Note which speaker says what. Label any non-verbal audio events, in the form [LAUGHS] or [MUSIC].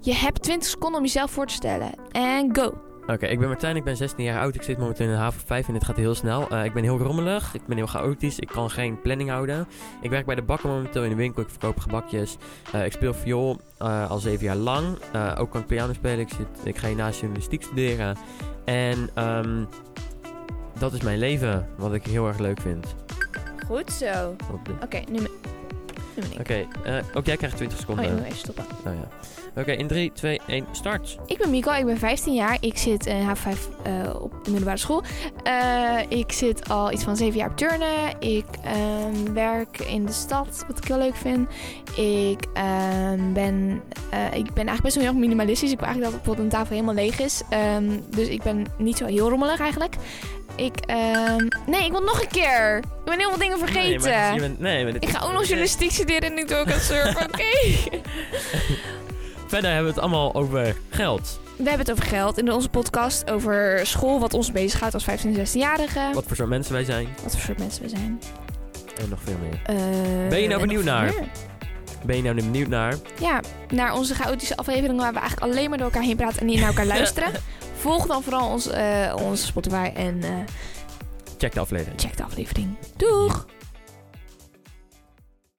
Speaker 1: Je hebt 20 seconden om jezelf voor te stellen. En go.
Speaker 2: Oké, ik ben Martijn, ik ben 16 jaar oud. Ik zit momenteel in de haven 5 en dit gaat heel snel. Eh, ik ben heel rommelig, ik ben heel chaotisch, ik kan geen planning houden. Ik werk bij de bakker momenteel in de winkel, ik verkoop gebakjes. Eh, ik speel viool eh, al 7 jaar lang. Eh, ook kan ik piano spelen, ik, zit, ik ga hiernaast journalistiek studeren. En ehm, dat is mijn leven, wat ik heel erg leuk vind.
Speaker 1: Goed zo. Oké,
Speaker 2: Op de- Oké,
Speaker 1: nu, ben- nu ben ik.
Speaker 2: eh, ook jij krijgt 20
Speaker 1: Oh,
Speaker 2: seconden.
Speaker 1: ik moet even stoppen.
Speaker 2: Nou ja. Oké, in 3, 2, 1, start.
Speaker 1: Ik ben Miko, ik ben 15 jaar. Ik zit in H5 eh, op de middelbare school. Eh, ik zit al iets van 7 jaar op turnen. Ik ehm, werk in de stad, wat ik heel leuk vind. Ik, ehm, ben, eh, ik ben eigenlijk best wel heel erg minimalistisch. Ik wil eigenlijk dat bijvoorbeeld een tafel helemaal leeg is. Ehm, dus ik ben niet zo heel rommelig eigenlijk. Ik, ehm, nee, ik wil nog een keer. Ik ben heel veel dingen vergeten.
Speaker 2: Nee, maar, je bent- nee, maar dit
Speaker 1: Ik ga ook nog journalistiek studeren en nu doe ik aan
Speaker 2: [LAUGHS]
Speaker 1: surfen, oké?
Speaker 2: Verder hebben we het allemaal over geld.
Speaker 1: We hebben het over geld in onze podcast, over school, wat ons bezighoudt als 15, 16-jarigen. Wat?
Speaker 2: Wat voor soort mensen wij zijn.
Speaker 1: voor soort mensen we zijn.
Speaker 2: En nog veel meer.
Speaker 1: Eh,
Speaker 2: Ben je nou
Speaker 1: en
Speaker 2: benieuwd
Speaker 1: nog
Speaker 2: naar?
Speaker 1: meer.
Speaker 2: Ben je nou benieuwd naar?
Speaker 1: Ja, naar onze chaotische afleveringen waar we eigenlijk alleen maar door elkaar heen praten en niet naar
Speaker 2: [LAUGHS]
Speaker 1: elkaar luisteren. Volg dan vooral ons, eh, onze Spotify en eh,
Speaker 2: Check de aflevering.
Speaker 1: check de aflevering. Doeg!